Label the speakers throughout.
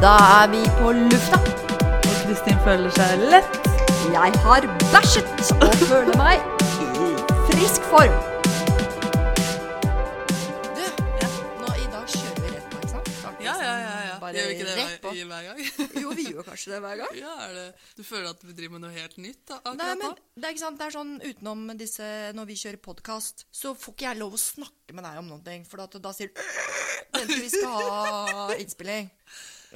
Speaker 1: Da er vi på lufta.
Speaker 2: Og Kristin føler seg lett.
Speaker 1: Jeg har bæsjet og føler meg i frisk form. Du, nå i dag kjører vi rett på, ikke sant? Starter
Speaker 2: Ja, ja, ja. ja.
Speaker 1: Bare
Speaker 2: gjør vi ikke det
Speaker 1: rett på.
Speaker 2: hver, i hver gang?
Speaker 1: Jo, vi gjør kanskje det hver gang.
Speaker 2: ja, er det. Du føler at vi driver med noe helt nytt da, akkurat
Speaker 1: Nei, men
Speaker 2: nå?
Speaker 1: det er ikke sant, det er sånn utenom disse Når vi kjører podkast, så får ikke jeg lov å snakke med deg om noen ting. For at, da sier du "Øh, Vent til vi skal ha innspilling.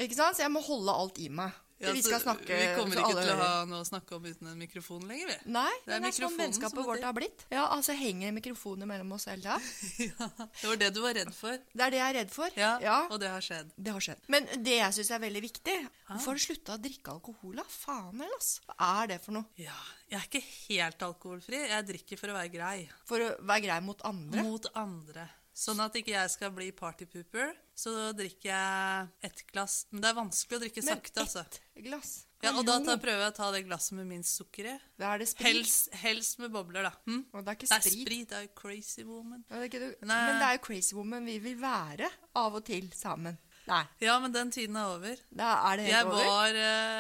Speaker 1: Ikke sant? Så jeg må holde alt i meg.
Speaker 2: Ja,
Speaker 1: vi
Speaker 2: så
Speaker 1: skal snakke
Speaker 2: Vi kommer
Speaker 1: så
Speaker 2: ikke
Speaker 1: alle
Speaker 2: til å ha
Speaker 1: hører.
Speaker 2: noe å snakke om uten en mikrofon lenger, vi.
Speaker 1: Nei,
Speaker 2: Det er
Speaker 1: det er, sånn
Speaker 2: mikrofonen som
Speaker 1: vennskapet
Speaker 2: må
Speaker 1: vårt
Speaker 2: til.
Speaker 1: har blitt. Ja, altså henger mikrofoner mellom oss hele tida.
Speaker 2: Ja, det var det du var redd for.
Speaker 1: Det er det jeg er redd for.
Speaker 2: Ja,
Speaker 1: ja.
Speaker 2: Og det har skjedd.
Speaker 1: Det har skjedd. Men det jeg syns er veldig viktig Hvorfor har du slutta å drikke alkohol, da? Faen heller, ass. Hva er det for noe?
Speaker 2: Ja, jeg er ikke helt alkoholfri. Jeg drikker for å være grei.
Speaker 1: For å være grei mot andre?
Speaker 2: Mot andre. Sånn at ikke jeg skal bli partypooper, så drikker jeg ett glass. Men det er vanskelig å drikke
Speaker 1: Men
Speaker 2: sakte, altså.
Speaker 1: ett glass?
Speaker 2: Ja, og da
Speaker 1: Hallo.
Speaker 2: tar, prøver jeg å ta det glasset med minst sukker i.
Speaker 1: Da er det sprit.
Speaker 2: Helst, helst med bobler, da. Hm?
Speaker 1: Og det er ikke
Speaker 2: Det er
Speaker 1: sprit.
Speaker 2: sprit, det er jo crazy woman.
Speaker 1: Ja, det er ikke du.
Speaker 2: Nei.
Speaker 1: Men det er jo Crazy Woman vi vil være av og til sammen. Nei,
Speaker 2: Ja, men den tiden er over.
Speaker 1: da er det helt
Speaker 2: Jeg
Speaker 1: over.
Speaker 2: var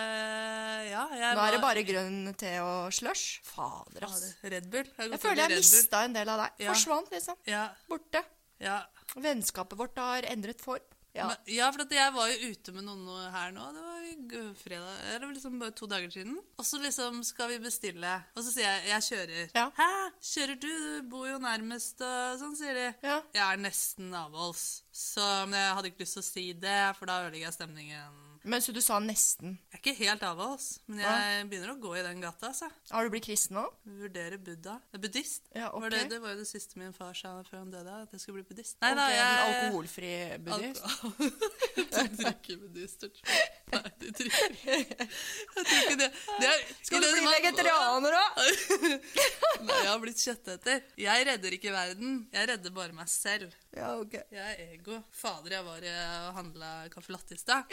Speaker 2: eh, Ja, jeg
Speaker 1: Nå er det
Speaker 2: var
Speaker 1: bare grønn te og slush. Fader, ass.
Speaker 2: Red Bull. Jeg,
Speaker 1: Jeg
Speaker 2: har gått over i
Speaker 1: føler jeg
Speaker 2: Red Bull.
Speaker 1: mista en del av deg.
Speaker 2: Ja.
Speaker 1: Forsvant, liksom.
Speaker 2: Ja,
Speaker 1: Borte.
Speaker 2: ja.
Speaker 1: Vennskapet vårt har endret form. Ja.
Speaker 2: Men, ja, for at jeg var jo ute med noen nå- her nå. Det var i g- fredag, eller liksom bare to dager siden. Og så liksom skal vi bestille, og så sier jeg 'jeg kjører'.
Speaker 1: Ja.
Speaker 2: 'Hæ, kjører du? Du bor jo nærmest', og sånn sier de.
Speaker 1: Ja.
Speaker 2: Jeg er nesten avholds, så men jeg hadde ikke lyst til å si det, for da ødelegger jeg stemningen.
Speaker 1: Men så du sa nesten.
Speaker 2: Jeg er ikke helt avholds, men jeg begynner å gå i den gata, altså.
Speaker 1: Har du blitt kristen nå?
Speaker 2: Vurdere Buddha. Eh, Buddhist?
Speaker 1: Ja,
Speaker 2: var det,
Speaker 1: ok.
Speaker 2: det var jo det siste min far sa før han døde, at jeg skulle bli buddhist. Nei
Speaker 1: Ok,
Speaker 2: da, jeg
Speaker 1: En alkoholfri buddhist?
Speaker 2: Alko- Du drikker buddhister. tror jeg. Nei, du drikker Jeg tror ikke det. det er,
Speaker 1: Skal du
Speaker 2: det-
Speaker 1: bli
Speaker 2: man-
Speaker 1: vegetarianer òg?
Speaker 2: Nei, jeg har blitt kjøtteter. Jeg redder ikke verden. Jeg redder bare meg selv.
Speaker 1: Ja, ok.
Speaker 2: Jeg er ego. Fader, jeg var eh, og handla caffè latte i stad.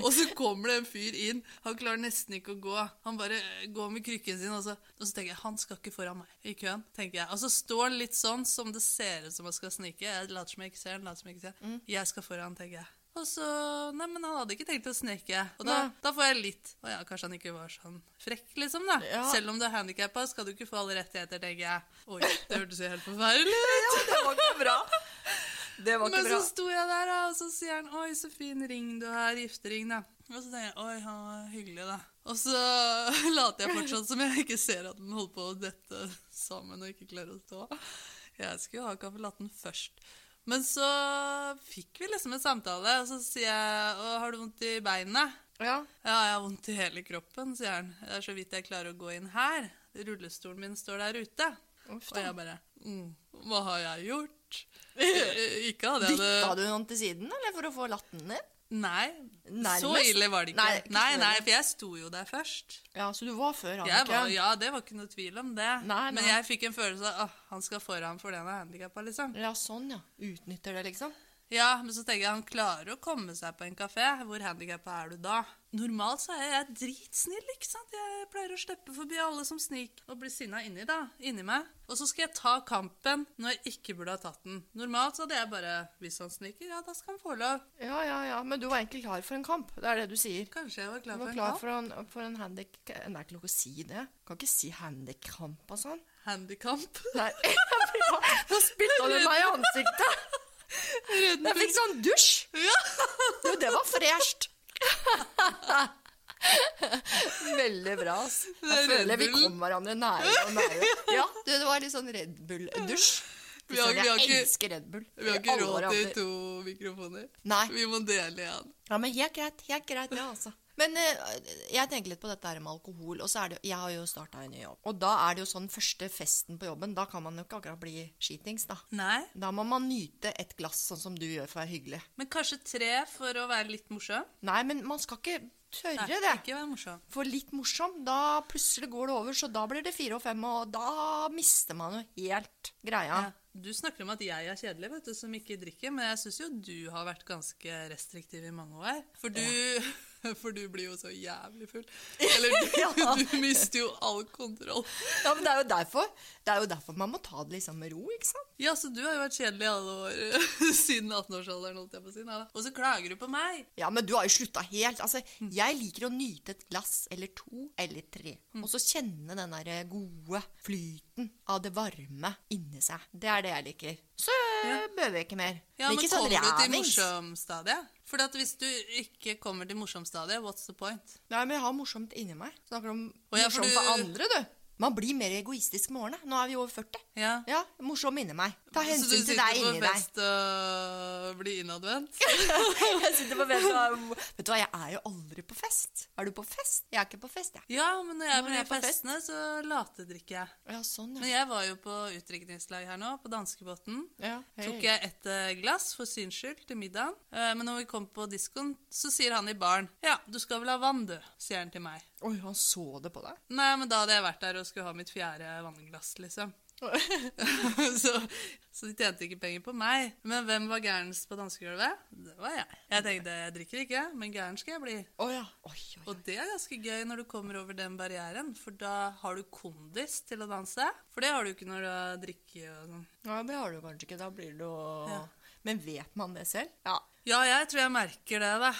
Speaker 2: Og så kommer det en fyr inn. Han klarer nesten ikke å gå. Han bare eh, går med krykken sin, og så, og så tenker jeg han skal ikke foran meg i køen. tenker jeg. Og så står han litt sånn som det ser ut som han skal snike. Jeg later som jeg ikke ser han, later som jeg ikke ser han.
Speaker 1: Mm.
Speaker 2: Jeg skal foran, tenker jeg. Og så Nei, men han hadde ikke tenkt å snike. Og da,
Speaker 1: Nei.
Speaker 2: da får jeg litt Å ja, kanskje han ikke var sånn frekk, liksom, da.
Speaker 1: Ja.
Speaker 2: Selv om du er handikappa, skal du ikke få alle rettigheter, tenker jeg. Oi, det hørtes jo helt forferdelig ut.
Speaker 1: Det var ikke bra. Det var
Speaker 2: Men
Speaker 1: ikke bra.
Speaker 2: så sto jeg der, da, og så sier han 'Oi, så fin ring du har. Giftering', da. Og så tenker jeg 'Oi, han var hyggelig', da. Og så later jeg fortsatt som jeg ikke ser at den holder på å dette sammen og ikke klarer å stå. Jeg skulle jo ha caffè latten først. Men så fikk vi liksom en samtale, og så sier jeg 'Å, har du vondt i beinet?'
Speaker 1: Ja.
Speaker 2: Ja, jeg har vondt i hele kroppen, sier han. Det er så vidt jeg klarer å gå inn her. Rullestolen min står der ute.
Speaker 1: Uff
Speaker 2: og
Speaker 1: da.
Speaker 2: jeg bare mm, Hva har jeg gjort? Eh, Ikke hadde jeg
Speaker 1: Dytta
Speaker 2: det
Speaker 1: du noen til siden, eller for å få latten din?
Speaker 2: Nei, så
Speaker 1: Nærmest?
Speaker 2: ille var det ikke.
Speaker 1: Nei, ikke så
Speaker 2: nei, nei,
Speaker 1: ille.
Speaker 2: for jeg sto jo der først.
Speaker 1: Ja, så du var før
Speaker 2: Jeg
Speaker 1: Anniken?
Speaker 2: var, ja, det var ikke noe tvil om det.
Speaker 1: Nei,
Speaker 2: Men
Speaker 1: nei.
Speaker 2: jeg fikk en følelse av at han skal foran for den er handikappa, liksom.
Speaker 1: Ja, sånn, ja. Utnytter det, liksom.
Speaker 2: Ja, men så tenker jeg han klarer å komme seg på en kafé. Hvor handikappa er du da? Normalt så er jeg dritsnill, ikke sant? Jeg pleier å slippe forbi alle som sniker og blir sinna inni, da, inni meg. Og så skal jeg ta kampen når jeg ikke burde ha tatt den. Normalt så hadde jeg bare Hvis han sniker, ja, da skal han få lov.
Speaker 1: Ja, ja, ja. Men du var egentlig klar for en kamp. Det er det du sier.
Speaker 2: Kanskje jeg var
Speaker 1: Du
Speaker 2: klar
Speaker 1: var
Speaker 2: for en
Speaker 1: klar
Speaker 2: kamp.
Speaker 1: for en, for en handik... Det er ikke lov å si det. Kan ikke si handikramp og sånn.
Speaker 2: Handikamp.
Speaker 1: Nei, Nå spytta du meg i ansiktet! Jeg fikk sånn dusj! Jo, det var fresht. Veldig bra. ass. Jeg
Speaker 2: Det er
Speaker 1: føler
Speaker 2: Red
Speaker 1: vi
Speaker 2: Bull.
Speaker 1: kom hverandre nære og nære. Ja, du, Det var litt sånn Red Bull-dusj. Fy
Speaker 2: Vi har-
Speaker 1: søren,
Speaker 2: vi har
Speaker 1: Jeg
Speaker 2: ikke-
Speaker 1: elsker Red Bull.
Speaker 2: Vi har
Speaker 1: I
Speaker 2: ikke
Speaker 1: alle
Speaker 2: råd til
Speaker 1: varianter.
Speaker 2: to mikrofoner.
Speaker 1: Nei.
Speaker 2: Vi må dele igjen.
Speaker 1: Ja, men helt greit, helt greit, ja, altså. Men eh, jeg tenker litt på dette her med alkohol, og så er det, jeg har jo starta en ny jobb. Og da er det jo sånn første festen på jobben, da kan man jo ikke akkurat bli skitings, da.
Speaker 2: Nei.
Speaker 1: Da må man nyte et glass, sånn som du gjør for å være hyggelig.
Speaker 2: Men kanskje tre for å være litt morsom?
Speaker 1: Nei, men man skal ikke
Speaker 2: Nei,
Speaker 1: tørre det.
Speaker 2: ikke være morsom.
Speaker 1: For litt morsom, da plutselig går det over, så da blir det fire og fem, og da mister man jo helt greia.
Speaker 2: Ja. Du snakker om at jeg er kjedelig, vet du, som ikke drikker, men jeg syns jo du har vært ganske restriktiv i mange år. For du For du blir jo så jævlig full. Eller du,
Speaker 1: Ja.
Speaker 2: du mister jo all kontroll.
Speaker 1: Ja, men det er jo derfor Det er jo derfor man må ta det liksom med ro, ikke sant?
Speaker 2: Ja, så du har jo vært kjedelig i alle år siden 18-årsalderen, holdt jeg på å si. Neida. Og så klager du på meg!
Speaker 1: Ja, men du har jo slutta helt. Altså,
Speaker 2: Mm.
Speaker 1: jeg liker å nyte et glass eller to eller tre.
Speaker 2: Mm.
Speaker 1: Og så kjenne den der eh, gode flyten av det varme inni seg. Det er det jeg liker. Så eh,
Speaker 2: Ja.
Speaker 1: behøver jeg ikke mer.
Speaker 2: Ja, men
Speaker 1: ikke sånn
Speaker 2: kommer du til
Speaker 1: rævings.
Speaker 2: morsomstadiet? For at hvis du ikke kommer til morsomstadiet, what's the point?
Speaker 1: Nei, men jeg har morsomt inni meg. Snakker om
Speaker 2: Å, ja, for
Speaker 1: morsomt
Speaker 2: du-
Speaker 1: for andre, du. Man blir mer egoistisk med årene. Nå er vi over 40.
Speaker 2: Ja.
Speaker 1: Ja, morsom inni meg. Ta hensyn til deg inni
Speaker 2: Så du sitter på
Speaker 1: deg.
Speaker 2: fest og blir innadvendt?
Speaker 1: Jeg sitter på fest og Vet du hva, jeg er jo aldri på fest. Er du på fest? Jeg er ikke på fest, jeg.
Speaker 2: Ja, men når
Speaker 1: Når
Speaker 2: jeg
Speaker 1: jeg
Speaker 2: blir
Speaker 1: er
Speaker 2: på
Speaker 1: på fest.
Speaker 2: festene, så latedrikker jeg.
Speaker 1: Ja, sånn,
Speaker 2: Men
Speaker 1: ja.
Speaker 2: jeg var jo på utdrikningslag her nå, på danskebåten.
Speaker 1: ja
Speaker 2: Tok jeg et eh, glass for syns skyld til middagen, eh, men når vi kom på diskoen, så sier han i baren 'Ja, du skal vel ha vann, du', sier han til meg.
Speaker 1: Oi, han så det på deg.
Speaker 2: Nei, men da hadde jeg vært der og skulle ha mitt fjerde vannglass, liksom. så, så de tjente ikke penger på meg. Men hvem var gærenst på danskegulvet? Det var jeg. Jeg tenkte jeg drikker ikke, men gæren skal jeg bli.
Speaker 1: Å ja. Oi, oi, oi.
Speaker 2: Og det er ganske gøy når du kommer over den barrieren, for da har du kondis til å danse. For det har du ikke når du drikker og sånn.
Speaker 1: Ja, det har du kanskje ikke. Da blir du
Speaker 2: Ja.
Speaker 1: Men vet man det selv? Ja.
Speaker 2: Ja, jeg tror jeg merker det, da.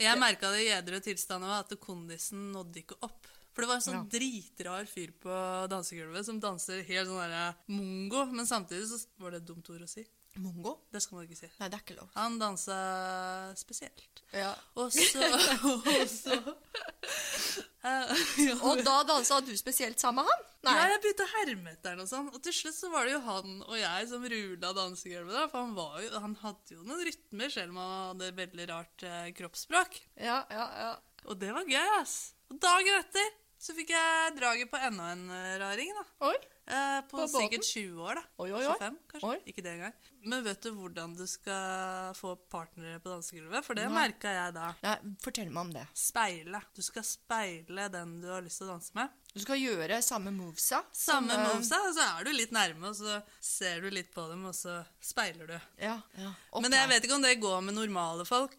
Speaker 2: Jeg merka det i edru tilstand òg, at kondisen nådde ikke opp. For det var en sånn dritrar fyr på dansegulvet som danser helt sånn derre mongo, men samtidig så var det et dumt ord å si.
Speaker 1: Mongo?
Speaker 2: Det skal man ikke si.
Speaker 1: Nei, det er ikke lov.
Speaker 2: Han dansa spesielt.
Speaker 1: Ja.
Speaker 2: Og så Og så Eh, ja.
Speaker 1: Og da dansa du spesielt sammen med han?
Speaker 2: Ja, jeg begynte å herme etter han og sånn. Og til slutt så var det jo han og jeg som rula dansegulvet. da, For han, var jo, han hadde jo noen rytmer, selv om han hadde veldig rart eh, kroppsspråk.
Speaker 1: Ja, ja, ja.
Speaker 2: Og det var gøy, ass. Og dagen etter så fikk jeg draget på enda en eh, raring, da.
Speaker 1: Oi.
Speaker 2: Eh, på,
Speaker 1: På båten?
Speaker 2: sikkert 20 år, da.
Speaker 1: Oi, oi, oi.
Speaker 2: 25, kanskje.
Speaker 1: Oi.
Speaker 2: Ikke det engang. Men vet du hvordan du skal få partnere på dansegulvet? For det
Speaker 1: Nei.
Speaker 2: merka jeg da.
Speaker 1: Nei, fortell meg om det.
Speaker 2: Speile. Du skal speile den du har lyst til å danse med.
Speaker 1: Du skal gjøre samme movesa. som,
Speaker 2: Samme
Speaker 1: eh,
Speaker 2: movesa, og så er du litt nærme, og så ser du litt på dem, og så speiler du.
Speaker 1: Ja, ja.
Speaker 2: Men jeg vet ikke om det går med normale folk.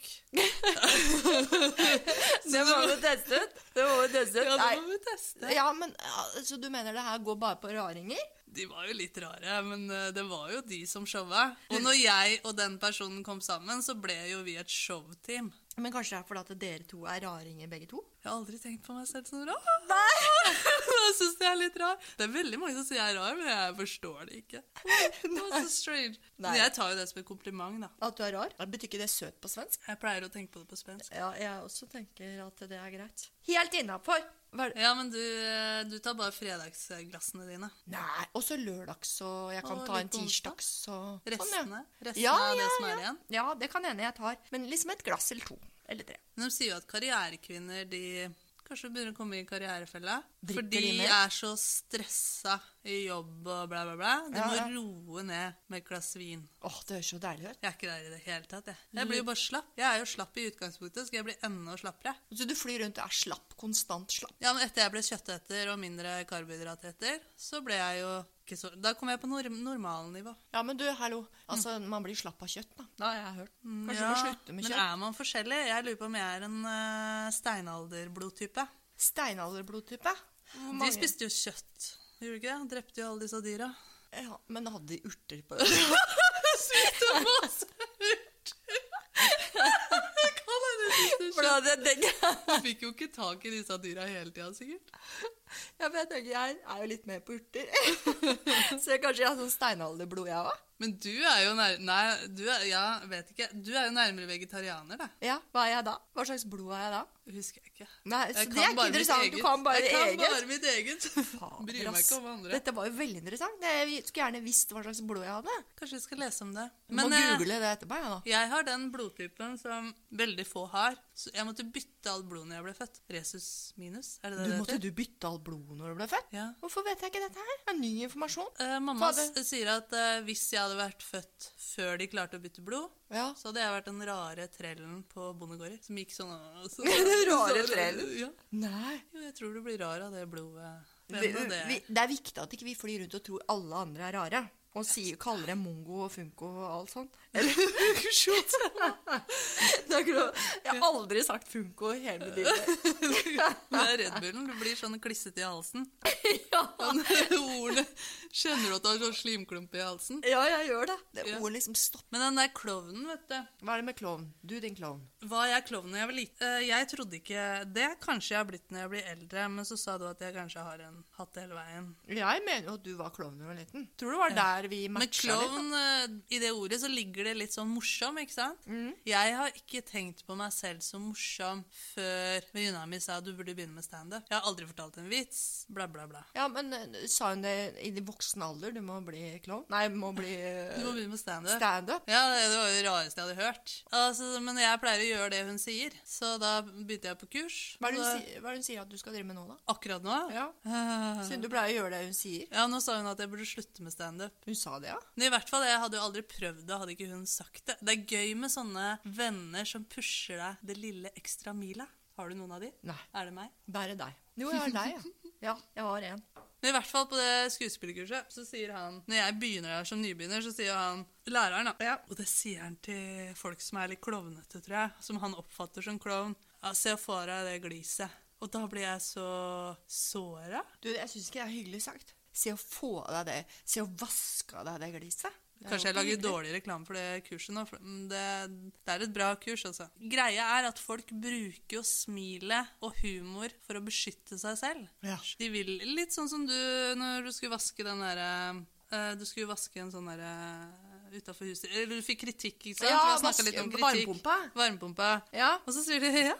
Speaker 1: Det må vi teste ut. Det må vi teste
Speaker 2: Ja, det
Speaker 1: Nei.
Speaker 2: må vi teste.
Speaker 1: Ja, men ja, Så du mener det her går bare på raringer?
Speaker 2: De var jo litt rare, men eh, det var jo de som showa. Og når jeg og den personen kom sammen, så ble jo vi et showteam.
Speaker 1: Men kanskje det er fordi at dere to er raringer begge to?
Speaker 2: Jeg har aldri tenkt på meg selv som rar. Jeg synes jeg er litt rar. Det er veldig mange som sier jeg er rar, men jeg forstår det ikke. Det var så strange.
Speaker 1: Nei.
Speaker 2: Men jeg tar jo det som et kompliment, da.
Speaker 1: At du er rar? Ja, Betyr ikke det søt på svensk?
Speaker 2: Jeg pleier å tenke på det på spensk.
Speaker 1: Ja, jeg også tenker at det er greit. Helt innafor!
Speaker 2: Ja, men du, eh, du tar bare fredagsglassene dine.
Speaker 1: Nei, og så lørdags, og jeg kan
Speaker 2: Og
Speaker 1: ta
Speaker 2: litt
Speaker 1: en
Speaker 2: på onsdag.
Speaker 1: tirsdags. Og...
Speaker 2: Restene, restene
Speaker 1: Ja,
Speaker 2: av det
Speaker 1: ja,
Speaker 2: som er
Speaker 1: ja.
Speaker 2: igjen.
Speaker 1: ja, det kan hende jeg tar. Men liksom et glass eller to. Eller tre.
Speaker 2: Men de sier jo at karrierekvinner de kanskje begynner å komme i karrierefella.
Speaker 1: Drikker
Speaker 2: For de
Speaker 1: de mer?
Speaker 2: er så stressa i jobb og bla, bla, bla. De
Speaker 1: Ja,
Speaker 2: må
Speaker 1: ja.
Speaker 2: roe ned med et glass vin.
Speaker 1: Åh, det høres så deilig ut.
Speaker 2: Jeg er ikke der i det hele tatt. Jeg,
Speaker 1: Mm.
Speaker 2: jeg blir jo bare slapp. Jeg er jo slapp i utgangspunktet, skal jeg bli enda slappere.
Speaker 1: Så du flyr rundt og er slapp, konstant slapp?
Speaker 2: Ja, men etter jeg ble kjøtteter og mindre karbohydrateter, så ble jeg jo ikke så Da kom jeg på nor normalnivå.
Speaker 1: Ja, men du, hallo. Altså, man blir slapp av kjøtt, da. Det har jeg hørt. Kanskje du må slutte med
Speaker 2: men
Speaker 1: kjøtt?
Speaker 2: er man forskjellig? Jeg lurer på om jeg er en uh, steinalderblodtype.
Speaker 1: Steinalderblodtype? Hvor
Speaker 2: De
Speaker 1: mange-
Speaker 2: spiste jo kjøtt. Gjorde de ikke? det? Drepte jo alle disse dyra.
Speaker 1: Ja, men hadde de urter på øret? For da hadde jeg tenkt-
Speaker 2: Du fikk jo ikke tak i disse dyra hele tida, sikkert.
Speaker 1: Ja, men jeg tenker jeg er jo litt mer på urter. Så kanskje jeg har sånn steinalderblod, jeg òg?
Speaker 2: Men du er jo nær... Nei, du er, ja, vet ikke. Du er jo nærmere vegetarianer, da.
Speaker 1: Ja, hva er jeg da? Hva slags blod er jeg da?
Speaker 2: Husker jeg ikke.
Speaker 1: Nei, så
Speaker 2: Jeg
Speaker 1: det er
Speaker 2: bare
Speaker 1: ikke
Speaker 2: mitt
Speaker 1: interessant. Du
Speaker 2: eget.
Speaker 1: kan bare
Speaker 2: jeg kan
Speaker 1: eget.
Speaker 2: bare mitt eget.
Speaker 1: Fader,
Speaker 2: Bryr meg
Speaker 1: ass.
Speaker 2: ikke om andre.
Speaker 1: Dette var jo veldig interessant. Jeg skulle gjerne visst hva slags blod jeg hadde.
Speaker 2: Kanskje vi skal lese om det.
Speaker 1: Må
Speaker 2: eh,
Speaker 1: google det etterpå, jeg, da.
Speaker 2: Jeg har den blodtypen som veldig få har. Så jeg måtte bytte alt blod når jeg ble født. Resus minus, er det
Speaker 1: Du,
Speaker 2: det det
Speaker 1: måtte du bytte alt blodet når du ble født?
Speaker 2: Ja.
Speaker 1: Hvorfor vet jeg ikke dette her? Det er ny informasjon.
Speaker 2: Eh, mamma s-
Speaker 1: Fader.
Speaker 2: sier at eh, hvis jeg hadde vært født før de klarte å bytte blod,
Speaker 1: Ja.
Speaker 2: så hadde jeg vært den rare trellen på bondegårder som gikk sånn og så,
Speaker 1: Den rare
Speaker 2: så-
Speaker 1: trellen?
Speaker 2: Ja.
Speaker 1: Nei.
Speaker 2: Jo, jeg tror du blir rar av det blodet.
Speaker 1: Vi,
Speaker 2: Hvem av det?
Speaker 1: vi, det er viktig at ikke vi flyr rundt og tror alle andre er rare. Og sier, kaller det mongo og funko og alt sånt.
Speaker 2: Shit.
Speaker 1: Det er ikke noe- Jeg har aldri sagt funko i hele mitt liv.
Speaker 2: Det er Red Bullen. Du blir sånn klissete i halsen. Men Ordene Kjenner du at du har sånn slimklump i halsen?
Speaker 1: Ja, jeg gjør det. Det
Speaker 2: Ja.
Speaker 1: ordet liksom stopp.
Speaker 2: Men den der klovnen, vet du.
Speaker 1: Hva er det med klovn? Du, din klovn.
Speaker 2: Var jeg klovn da jeg var liten? Eh, Jeg trodde ikke det. Kanskje jeg har blitt når jeg blir eldre, men så sa du at jeg kanskje har en hatt hele veien.
Speaker 1: Jeg mener jo at du var klovn da du var liten. Tror du det var der vi
Speaker 2: Men
Speaker 1: matcha litt? da?
Speaker 2: klovn, eh, i det ordet så ligger det litt sånn morsom, ikke sant?
Speaker 1: Mm.
Speaker 2: Jeg har ikke tenkt på meg selv som morsom før venninna mi sa du burde begynne med standup. Jeg har aldri fortalt en vits, bla, bla, bla.
Speaker 1: Ja, men eh, sa hun det i din voksen alder? Du må bli klovn? Nei, du må bli eh,
Speaker 2: Du må begynne med standup.
Speaker 1: standup.
Speaker 2: Ja, det det var jo det rareste jeg hadde hørt. Altså, men jeg pleier å gjøre det hun sier, så da begynte jeg på kurs.
Speaker 1: Hva er det hun
Speaker 2: Og da-
Speaker 1: si- hva er det hun sier at du skal drive med nå, da?
Speaker 2: Akkurat nå?
Speaker 1: Ja. Siden du pleier å gjøre det hun sier.
Speaker 2: Ja, nå sa hun at jeg burde slutte med standup.
Speaker 1: Hun sa det, ja?
Speaker 2: Men i hvert fall, jeg hadde jo aldri prøvd det, hadde ikke hun sagt det. Det er gøy med sånne venner som pusher deg det lille ekstra mila. Har du noen av de?
Speaker 1: Nei.
Speaker 2: Er det meg?
Speaker 1: Bare deg. Jo, jeg har deg, ja. Ja, jeg har en.
Speaker 2: Men i hvert fall på det skuespillerkurset, så sier han Når jeg begynner der som nybegynner, så sier han Læreren, da. Ja. Og det sier han til folk som er litt klovnete, tror jeg. Som han oppfatter som klovn. Ja, se for deg det gliset. Og da blir jeg så såra.
Speaker 1: Du, jeg syns ikke det er hyggelig sagt. Se å få av deg det. Se å vaske av deg det gliset. Det er jo
Speaker 2: Kanskje jeg
Speaker 1: ikke
Speaker 2: lager
Speaker 1: hyggelig.
Speaker 2: dårlig reklame for det kurset nå. For mm, det, det er et bra kurs, altså. Greia er at folk bruker jo smilet og humor for å beskytte seg selv.
Speaker 1: Ja.
Speaker 2: De vil litt sånn som du når du skulle vaske den derre eh, Du skulle vaske en sånn derre utafor huset Eller du fikk kritikk, ikke sant?
Speaker 1: Ja,
Speaker 2: Vi har snakket
Speaker 1: vaske-
Speaker 2: litt om kritikk.
Speaker 1: varmepumpa.
Speaker 2: Varmepumpa.
Speaker 1: Ja.
Speaker 2: Og så sier de ja,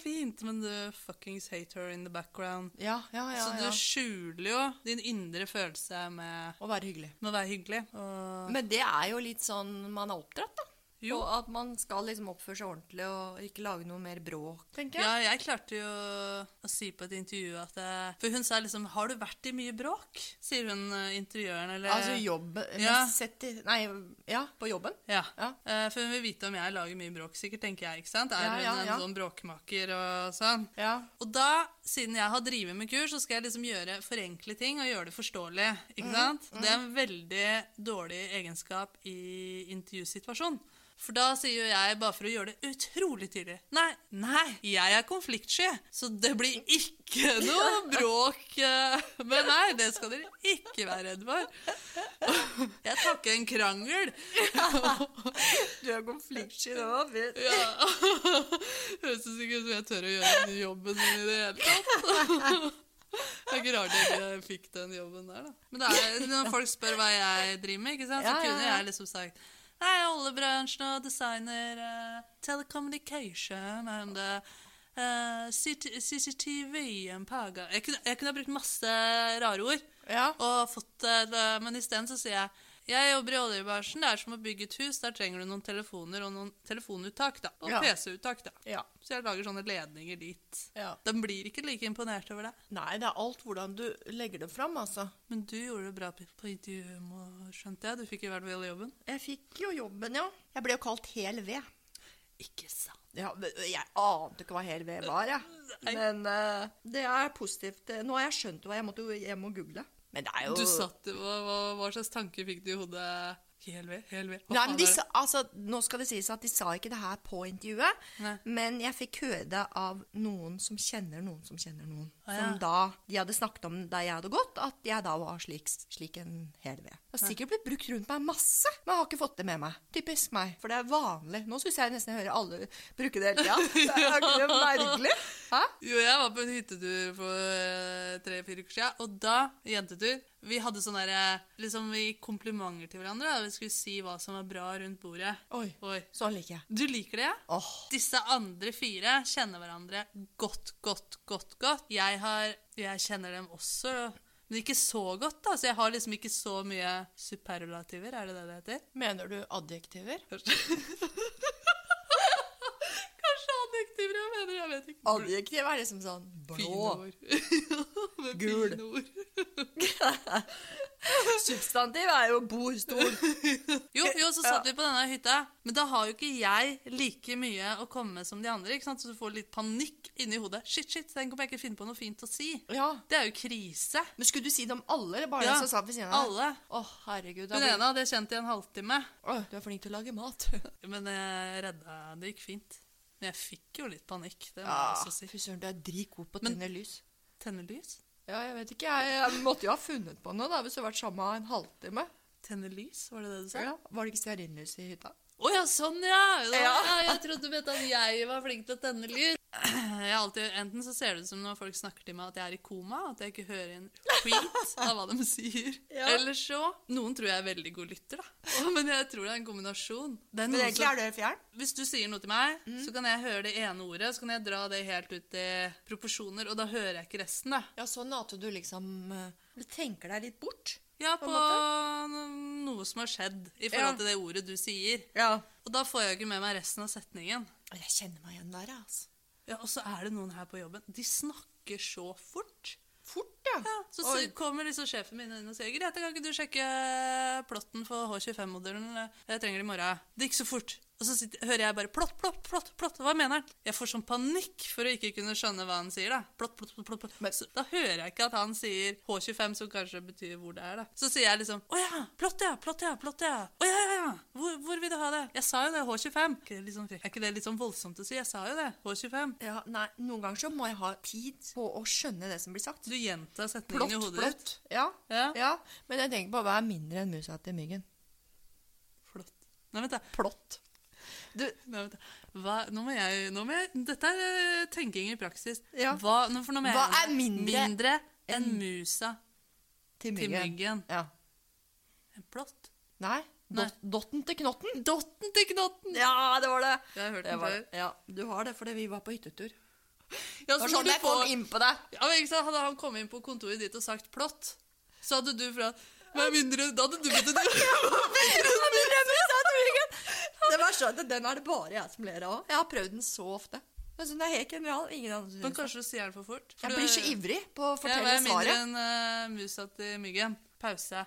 Speaker 2: fint, men du fuckings hate her in the background.
Speaker 1: Ja, ja, ja.
Speaker 2: så du
Speaker 1: ja.
Speaker 2: skjuler jo din indre følelse med,
Speaker 1: Å være hyggelig.
Speaker 2: med å være hyggelig. Og
Speaker 1: Men det er jo litt sånn man er oppdratt, da.
Speaker 2: Jo.
Speaker 1: Og at man skal liksom oppføre seg ordentlig og ikke lage noe mer bråk, tenker jeg.
Speaker 2: Ja, jeg klarte jo å si på et intervju at eh, For hun sa liksom 'Har du vært i mye bråk?' sier hun eh, intervjueren, eller
Speaker 1: Altså jobb
Speaker 2: Ja.
Speaker 1: mest sett i Nei, ja, på jobben.
Speaker 2: Ja.
Speaker 1: Ja.
Speaker 2: Eh, for hun vil vite om jeg lager mye bråk, sikkert, tenker jeg. ikke sant? Er
Speaker 1: Ja,
Speaker 2: hun
Speaker 1: ja,
Speaker 2: en
Speaker 1: ja.
Speaker 2: sånn bråkmaker og sånn?
Speaker 1: Ja.
Speaker 2: Og da, siden jeg har drevet med kurs, så skal jeg liksom gjøre forenkle ting og gjøre det forståelig. ikke sant? Det er en veldig dårlig egenskap i intervjusituasjon. For da sier jo jeg, bare for å gjøre det utrolig tydelig Nei, nei, jeg er konfliktsky, så det blir ikke noe bråk. eh, Men nei, det skal dere ikke være redd for. Jeg tar ikke en krangel.
Speaker 1: Du er konfliktsky nå.
Speaker 2: Ja. Høres ut som ikke som jeg tør å gjøre den jobben min i det hele tatt. Det er ikke rart jeg ikke fikk den jobben der, da. Men det er, når folk spør hva jeg driver med, ikke sant, så
Speaker 1: Ja, ja,
Speaker 2: kunne
Speaker 1: ja.
Speaker 2: jeg liksom sagt Nei, jeg er oljebransjen og designer. eh, telecommunication and eh, eh, CT- CCTV and Paga jeg kunne, jeg kunne ha brukt masse rare ord
Speaker 1: Ja.
Speaker 2: og fått eh, det, men isteden så sier jeg jeg jobber i oljebransjen, det er som å bygge et hus, der trenger du noen telefoner og noen telefonuttak da, og
Speaker 1: Ja.
Speaker 2: PC-uttak da.
Speaker 1: ja.
Speaker 2: Så jeg lager sånne ledninger dit.
Speaker 1: Ja.
Speaker 2: De blir ikke like imponert over deg,
Speaker 1: Nei, det er alt hvordan du legger det fram, altså.
Speaker 2: men du gjorde det bra på på intervjuet, må- skjønte jeg, du fikk i hvert fall jobben.
Speaker 1: Jeg fikk jo jobben, ja. Jeg ble jo kalt Hel ved.
Speaker 2: Ikke sant.
Speaker 1: Ja, men jeg ante ikke hva hel ved var, jeg.
Speaker 2: Nei.
Speaker 1: Men eh, det er positivt. Nå har jeg skjønt hva jeg måtte jeg må google. Men det er jo
Speaker 2: Du satt, hva, hva, hva slags tanker fikk du i hodet? Hel ved, hel ved.
Speaker 1: Nei,
Speaker 2: Hva faen
Speaker 1: men
Speaker 2: er
Speaker 1: de,
Speaker 2: det?
Speaker 1: sa- altså, nå skal det sies at de sa ikke det her på intervjuet,
Speaker 2: Nei.
Speaker 1: men jeg fikk høre det av noen som kjenner noen som kjenner noen.
Speaker 2: Ah, ja.
Speaker 1: Som da de hadde snakket om da jeg hadde gått, at jeg da var slik, slik en hel ved. Det har sikkert blitt brukt rundt meg masse, men jeg har ikke fått det med meg. Typisk meg, for det er vanlig. Nå syns jeg nesten jeg hører alle bruke det hele tida. Det er ikke det merkelig? Hæ?
Speaker 2: Jo, jeg var på en hyttetur for eh, tre-fire uker siden, og da, jentetur, vi hadde sånn der, eh, liksom vi gikk komplimenter til hverandre, da. vi skulle si hva som var bra rundt bordet.
Speaker 1: Oi.
Speaker 2: Oi.
Speaker 1: Sånn liker jeg.
Speaker 2: Du liker det, ja?
Speaker 1: Åh,
Speaker 2: Disse andre fire kjenner hverandre godt, godt, godt, godt. Jeg, har, jeg kjenner dem også, men ikke så godt, da. Så jeg har liksom ikke så mye superlativer, er det det det heter?
Speaker 1: Mener du adjektiver?
Speaker 2: Kanskje adjektiver jeg mener, jeg vet ikke.
Speaker 1: Adjektiv er liksom sånn blå.
Speaker 2: Fine ord. Ja, med
Speaker 1: Gul.
Speaker 2: Fine ord.
Speaker 1: Substantiv er jo bordstol.
Speaker 2: Jo,
Speaker 1: Eh,
Speaker 2: jo, så satt vi på denne hytta, men da har jo ikke jeg like mye å komme med som de andre. ikke sant? Så du får litt panikk inni hodet. Shit, shit, tenk om jeg ikke finner på noe fint å si.
Speaker 1: Ja.
Speaker 2: Det er jo krise.
Speaker 1: Men skulle du si det om alle, eller bare
Speaker 2: Ja,
Speaker 1: den som satt ved siden av deg?
Speaker 2: Alle.
Speaker 1: Å, herregud. da
Speaker 2: Hun
Speaker 1: blir-
Speaker 2: ene hadde jeg kjent i en halvtime,
Speaker 1: Å, du er flink til å lage mat.
Speaker 2: men jeg redda Det gikk fint. Men jeg fikk jo litt panikk. det må
Speaker 1: Ja,
Speaker 2: jeg også si.
Speaker 1: fy søren, du er dritgod på å
Speaker 2: Men-
Speaker 1: tenne lys.
Speaker 2: Tenne lys?
Speaker 1: Ja, jeg vet ikke, jeg, jeg måtte jo ha funnet på noe da, hvis du har vært sammen en halvtime.
Speaker 2: Tenne lys, var det det du sa? Å ja.
Speaker 1: Ja, var det ikke stearinlys i hytta?
Speaker 2: sånn ja! ja.
Speaker 1: Ja.
Speaker 2: Jeg trodde vet, at jeg var flink til å tenne lys. Jeg har alltid, enten så ser det ut som når folk snakker til meg at jeg er i koma, at jeg ikke hører en skit av hva de sier.
Speaker 1: Ja.
Speaker 2: Eller så Noen tror jeg er veldig god lytter, da. Men jeg tror det er en kombinasjon. Det er
Speaker 1: Men
Speaker 2: noen
Speaker 1: egentlig
Speaker 2: som,
Speaker 1: er det Mm. fjern.
Speaker 2: hvis du sier noe til meg, så kan jeg høre det ene ordet, så kan jeg dra det helt ut i proporsjoner, og da hører jeg ikke resten, da.
Speaker 1: Ja, sånn at du liksom eh, du tenker deg litt bort.
Speaker 2: Ja,
Speaker 1: På
Speaker 2: på,
Speaker 1: en
Speaker 2: noe som har skjedd i
Speaker 1: Ja.
Speaker 2: forhold til det ordet du sier.
Speaker 1: Ja.
Speaker 2: Og da får jeg jo ikke med meg resten av setningen.
Speaker 1: Jeg kjenner meg igjen der, jeg, altså.
Speaker 2: Ja, Og så er det noen her på jobben. De snakker så fort.
Speaker 1: Fort, ja.
Speaker 2: Ja, så, så
Speaker 1: Oi.
Speaker 2: kommer liksom sjefen min inn og sier Grete, kan ikke du sjekke eh, plotten for H25-modellen? Jeg trenger det i morgen. Det gikk så fort. Og så sitter, hører jeg bare plott, plott, plott, plott. Hva mener han? Jeg får sånn panikk for å ikke kunne skjønne hva han sier. Da Plott, plott, plott, plott, plott.
Speaker 1: Men-
Speaker 2: Så, da hører jeg ikke at han sier H25, som kanskje betyr hvor det er. da Så sier jeg liksom Å ja, plott ja, plott ja, plott ja. Å ja, ja, ja. Hvor, hvor vil du ha det? Jeg sa jo det, H25. Er ikke det litt sånn- er ikke det litt sånn voldsomt å si? Jeg sa jo det, H25.
Speaker 1: Ja, nei, noen ganger så må jeg ha tid på å skjønne det som blir sagt.
Speaker 2: Du gjentar setningen
Speaker 1: Plott,
Speaker 2: i hodet ditt.
Speaker 1: plott. Ja.
Speaker 2: Ja.
Speaker 1: ja. Men jeg tenker på hva er mindre enn musa til myggen?
Speaker 2: Flott. Nei, vent, da.
Speaker 1: Plott. Du,
Speaker 2: Nei, vent da. Hva, nå må jeg, nå må jeg Dette er eh, tenking i praksis.
Speaker 1: Ja.
Speaker 2: Hva, nå, for nå må jeg,
Speaker 1: Hva er mindre
Speaker 2: mindre enn musa
Speaker 1: til
Speaker 2: til
Speaker 1: myggen.
Speaker 2: myggen?
Speaker 1: Ja.
Speaker 2: En plott?
Speaker 1: Nei,
Speaker 2: Nei.
Speaker 1: dot, dotten til knotten.
Speaker 2: Dotten til knotten!
Speaker 1: Ja, det var det.
Speaker 2: Jeg har hørt
Speaker 1: det
Speaker 2: den
Speaker 1: var,
Speaker 2: før.
Speaker 1: ja, du har det, fordi vi var på hyttetur. Det
Speaker 2: Ja,
Speaker 1: var
Speaker 2: så
Speaker 1: sånn
Speaker 2: Altså, når du
Speaker 1: jeg kom
Speaker 2: får-
Speaker 1: inn på deg.
Speaker 2: ja, men ikke sant? Hadde han kommet inn på kontoret ditt og sagt plott, så hadde du fra Hva er mindre Da hadde du begynt å
Speaker 1: Det var sånn at Den er det bare jeg som ler av. Jeg har prøvd den så ofte. Men sånn, det er helt genial. Ingen andre
Speaker 2: Men
Speaker 1: synes det.
Speaker 2: kanskje du sier det for fort? For
Speaker 1: Jeg
Speaker 2: du-
Speaker 1: blir så ivrig på å
Speaker 2: Ja, hva
Speaker 1: fortelle
Speaker 2: er mindre
Speaker 1: svaret.
Speaker 2: enn eh, musa til myggen? Pause.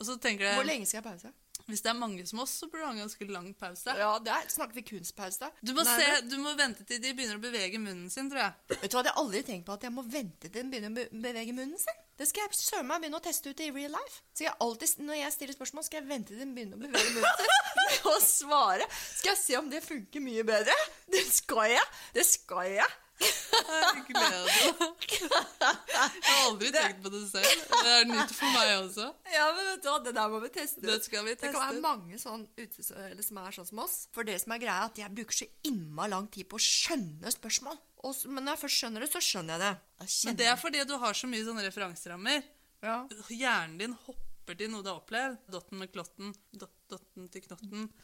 Speaker 2: Og så tenker
Speaker 1: Hvor
Speaker 2: jeg
Speaker 1: lenge skal jeg pause?
Speaker 2: Hvis det er mange som oss, så burde du ha en ganske lang pause.
Speaker 1: Ja, der snakker vi kunstpause.
Speaker 2: Du må,
Speaker 1: Nei,
Speaker 2: se,
Speaker 1: men-
Speaker 2: du må vente til de begynner å bevege munnen sin, tror jeg.
Speaker 1: Vet du hva, Jeg har aldri tenkt på at jeg må vente til den begynner å be- bevege munnen sin. Det skal jeg søren meg begynne å teste ut i real life. Så jeg alltid, Når jeg stiller spørsmål, skal jeg vente til den begynner å bevege munnen sin og svare. Skal jeg se om det funker mye bedre? Det skal jeg. Det skal jeg.
Speaker 2: Jeg gleder meg. Jeg har aldri tenkt på det selv. Det er nytt for meg også.
Speaker 1: Ja, men vet du hva, det der må vi teste
Speaker 2: Det
Speaker 1: ut.
Speaker 2: skal vi
Speaker 1: Det kan være
Speaker 2: teste.
Speaker 1: mange sånn ute eller som er sånn som oss. For det som er greia, er at jeg bruker så innmari lang tid på å skjønne spørsmål. Og, s- men når jeg først skjønner det, så skjønner jeg det. Jeg
Speaker 2: Men
Speaker 1: kjenner
Speaker 2: det er fordi du har så mye sånne referanserammer.
Speaker 1: ja.
Speaker 2: Hjernen din hopper til noe du har opplevd. Dotten med klotten, dot, dotten til knotten.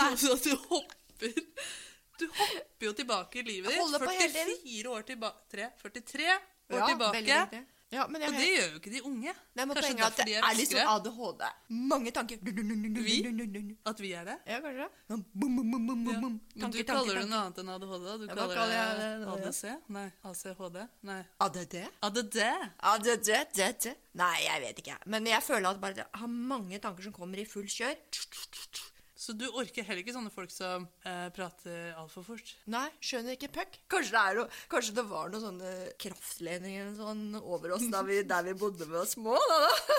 Speaker 2: Altså, du hopper. Du hopper jo tilbake i livet
Speaker 1: Jeg holder på hele
Speaker 2: ditt.
Speaker 1: tiden.
Speaker 2: 44 år tilbake. 43 år
Speaker 1: ja, veldig
Speaker 2: tilbake.
Speaker 1: riktig. Ja, men jeg,
Speaker 2: Og det gjør jo ikke de unge.
Speaker 1: Nei, men
Speaker 2: Kanskje
Speaker 1: poenget er at
Speaker 2: derfor de
Speaker 1: det
Speaker 2: er
Speaker 1: er litt sånn
Speaker 2: raskere.
Speaker 1: ADHD. Mange tanker.
Speaker 2: Vi?
Speaker 1: Ja,
Speaker 2: At vi er det.
Speaker 1: kanskje det. Bum, bum, bum, bum, bum, bum.
Speaker 2: Men du
Speaker 1: Tanker,
Speaker 2: kaller
Speaker 1: tanker,
Speaker 2: det
Speaker 1: tanker.
Speaker 2: noe annet enn ADHD? da? Du
Speaker 1: Ja, hva
Speaker 2: kaller,
Speaker 1: kaller jeg
Speaker 2: det
Speaker 1: det nå, ja?
Speaker 2: ADC? Nei, ACHD? Nei.
Speaker 1: ADD?
Speaker 2: ADD?
Speaker 1: ADD? DD? Nei, jeg vet ikke. Men jeg føler at bare jeg har mange tanker som kommer i full kjør.
Speaker 2: Så du orker heller ikke sånne folk som eh, prater altfor fort?
Speaker 1: Nei, skjønner ikke puck. Kanskje det, er noe, kanskje det var noen sånne kraftledninger eller sånn over oss da vi, der vi bodde med oss små?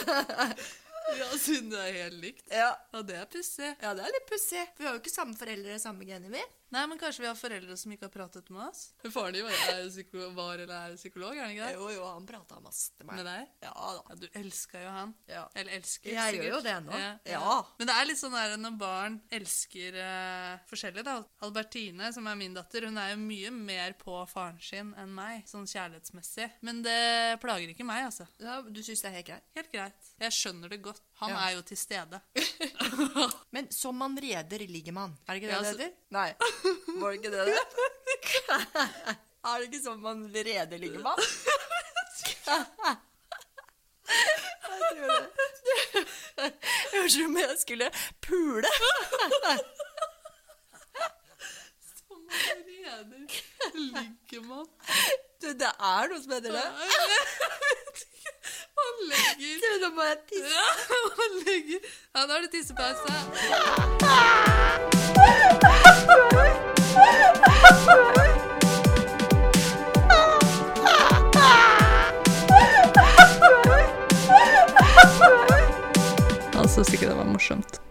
Speaker 1: Da, da.
Speaker 2: Ja, siden det er helt likt.
Speaker 1: Ja.
Speaker 2: Ja, det er pussig.
Speaker 1: ja, det er litt pussig. for Vi har jo ikke samme foreldre, samme gener, vi.
Speaker 2: Nei, men kanskje vi har foreldre som ikke har pratet med oss? Faren din var, er jo psyko- var eller er jo psykolog, er han ikke det?
Speaker 1: Jo, jo, han prata masse til meg.
Speaker 2: Med deg?
Speaker 1: Ja da.
Speaker 2: Ja, du elska jo han.
Speaker 1: Ja.
Speaker 2: Eller elsker,
Speaker 1: Jeg
Speaker 2: sikkert.
Speaker 1: gjør jo det nå.
Speaker 2: Ja,
Speaker 1: Ja.
Speaker 2: Men det er litt sånn der når barn elsker eh, forskjellig, da. Albertine, som er min datter, hun er jo mye mer på faren sin enn meg, sånn kjærlighetsmessig. Men det plager ikke meg, altså.
Speaker 1: Ja, du syns det er helt greit?
Speaker 2: Helt greit. Jeg skjønner det godt. Han
Speaker 1: Ja.
Speaker 2: er jo til stede.
Speaker 1: Men som man reder, ligger man. Er det ikke det
Speaker 2: Ja,
Speaker 1: det
Speaker 2: så-
Speaker 1: heter? Nei. Var det ikke det det het? Er det ikke som man reder, ligger man? Jeg tror det. Det hørtes ut som jeg skulle pule.
Speaker 2: Som man reder ligger man
Speaker 1: Du, det er noe som heter det.
Speaker 2: Man legger legger
Speaker 1: Til og med bare tisse.
Speaker 2: ja, Han legger Ja, nå er det tissepause. Altså, hvis ikke det var morsomt.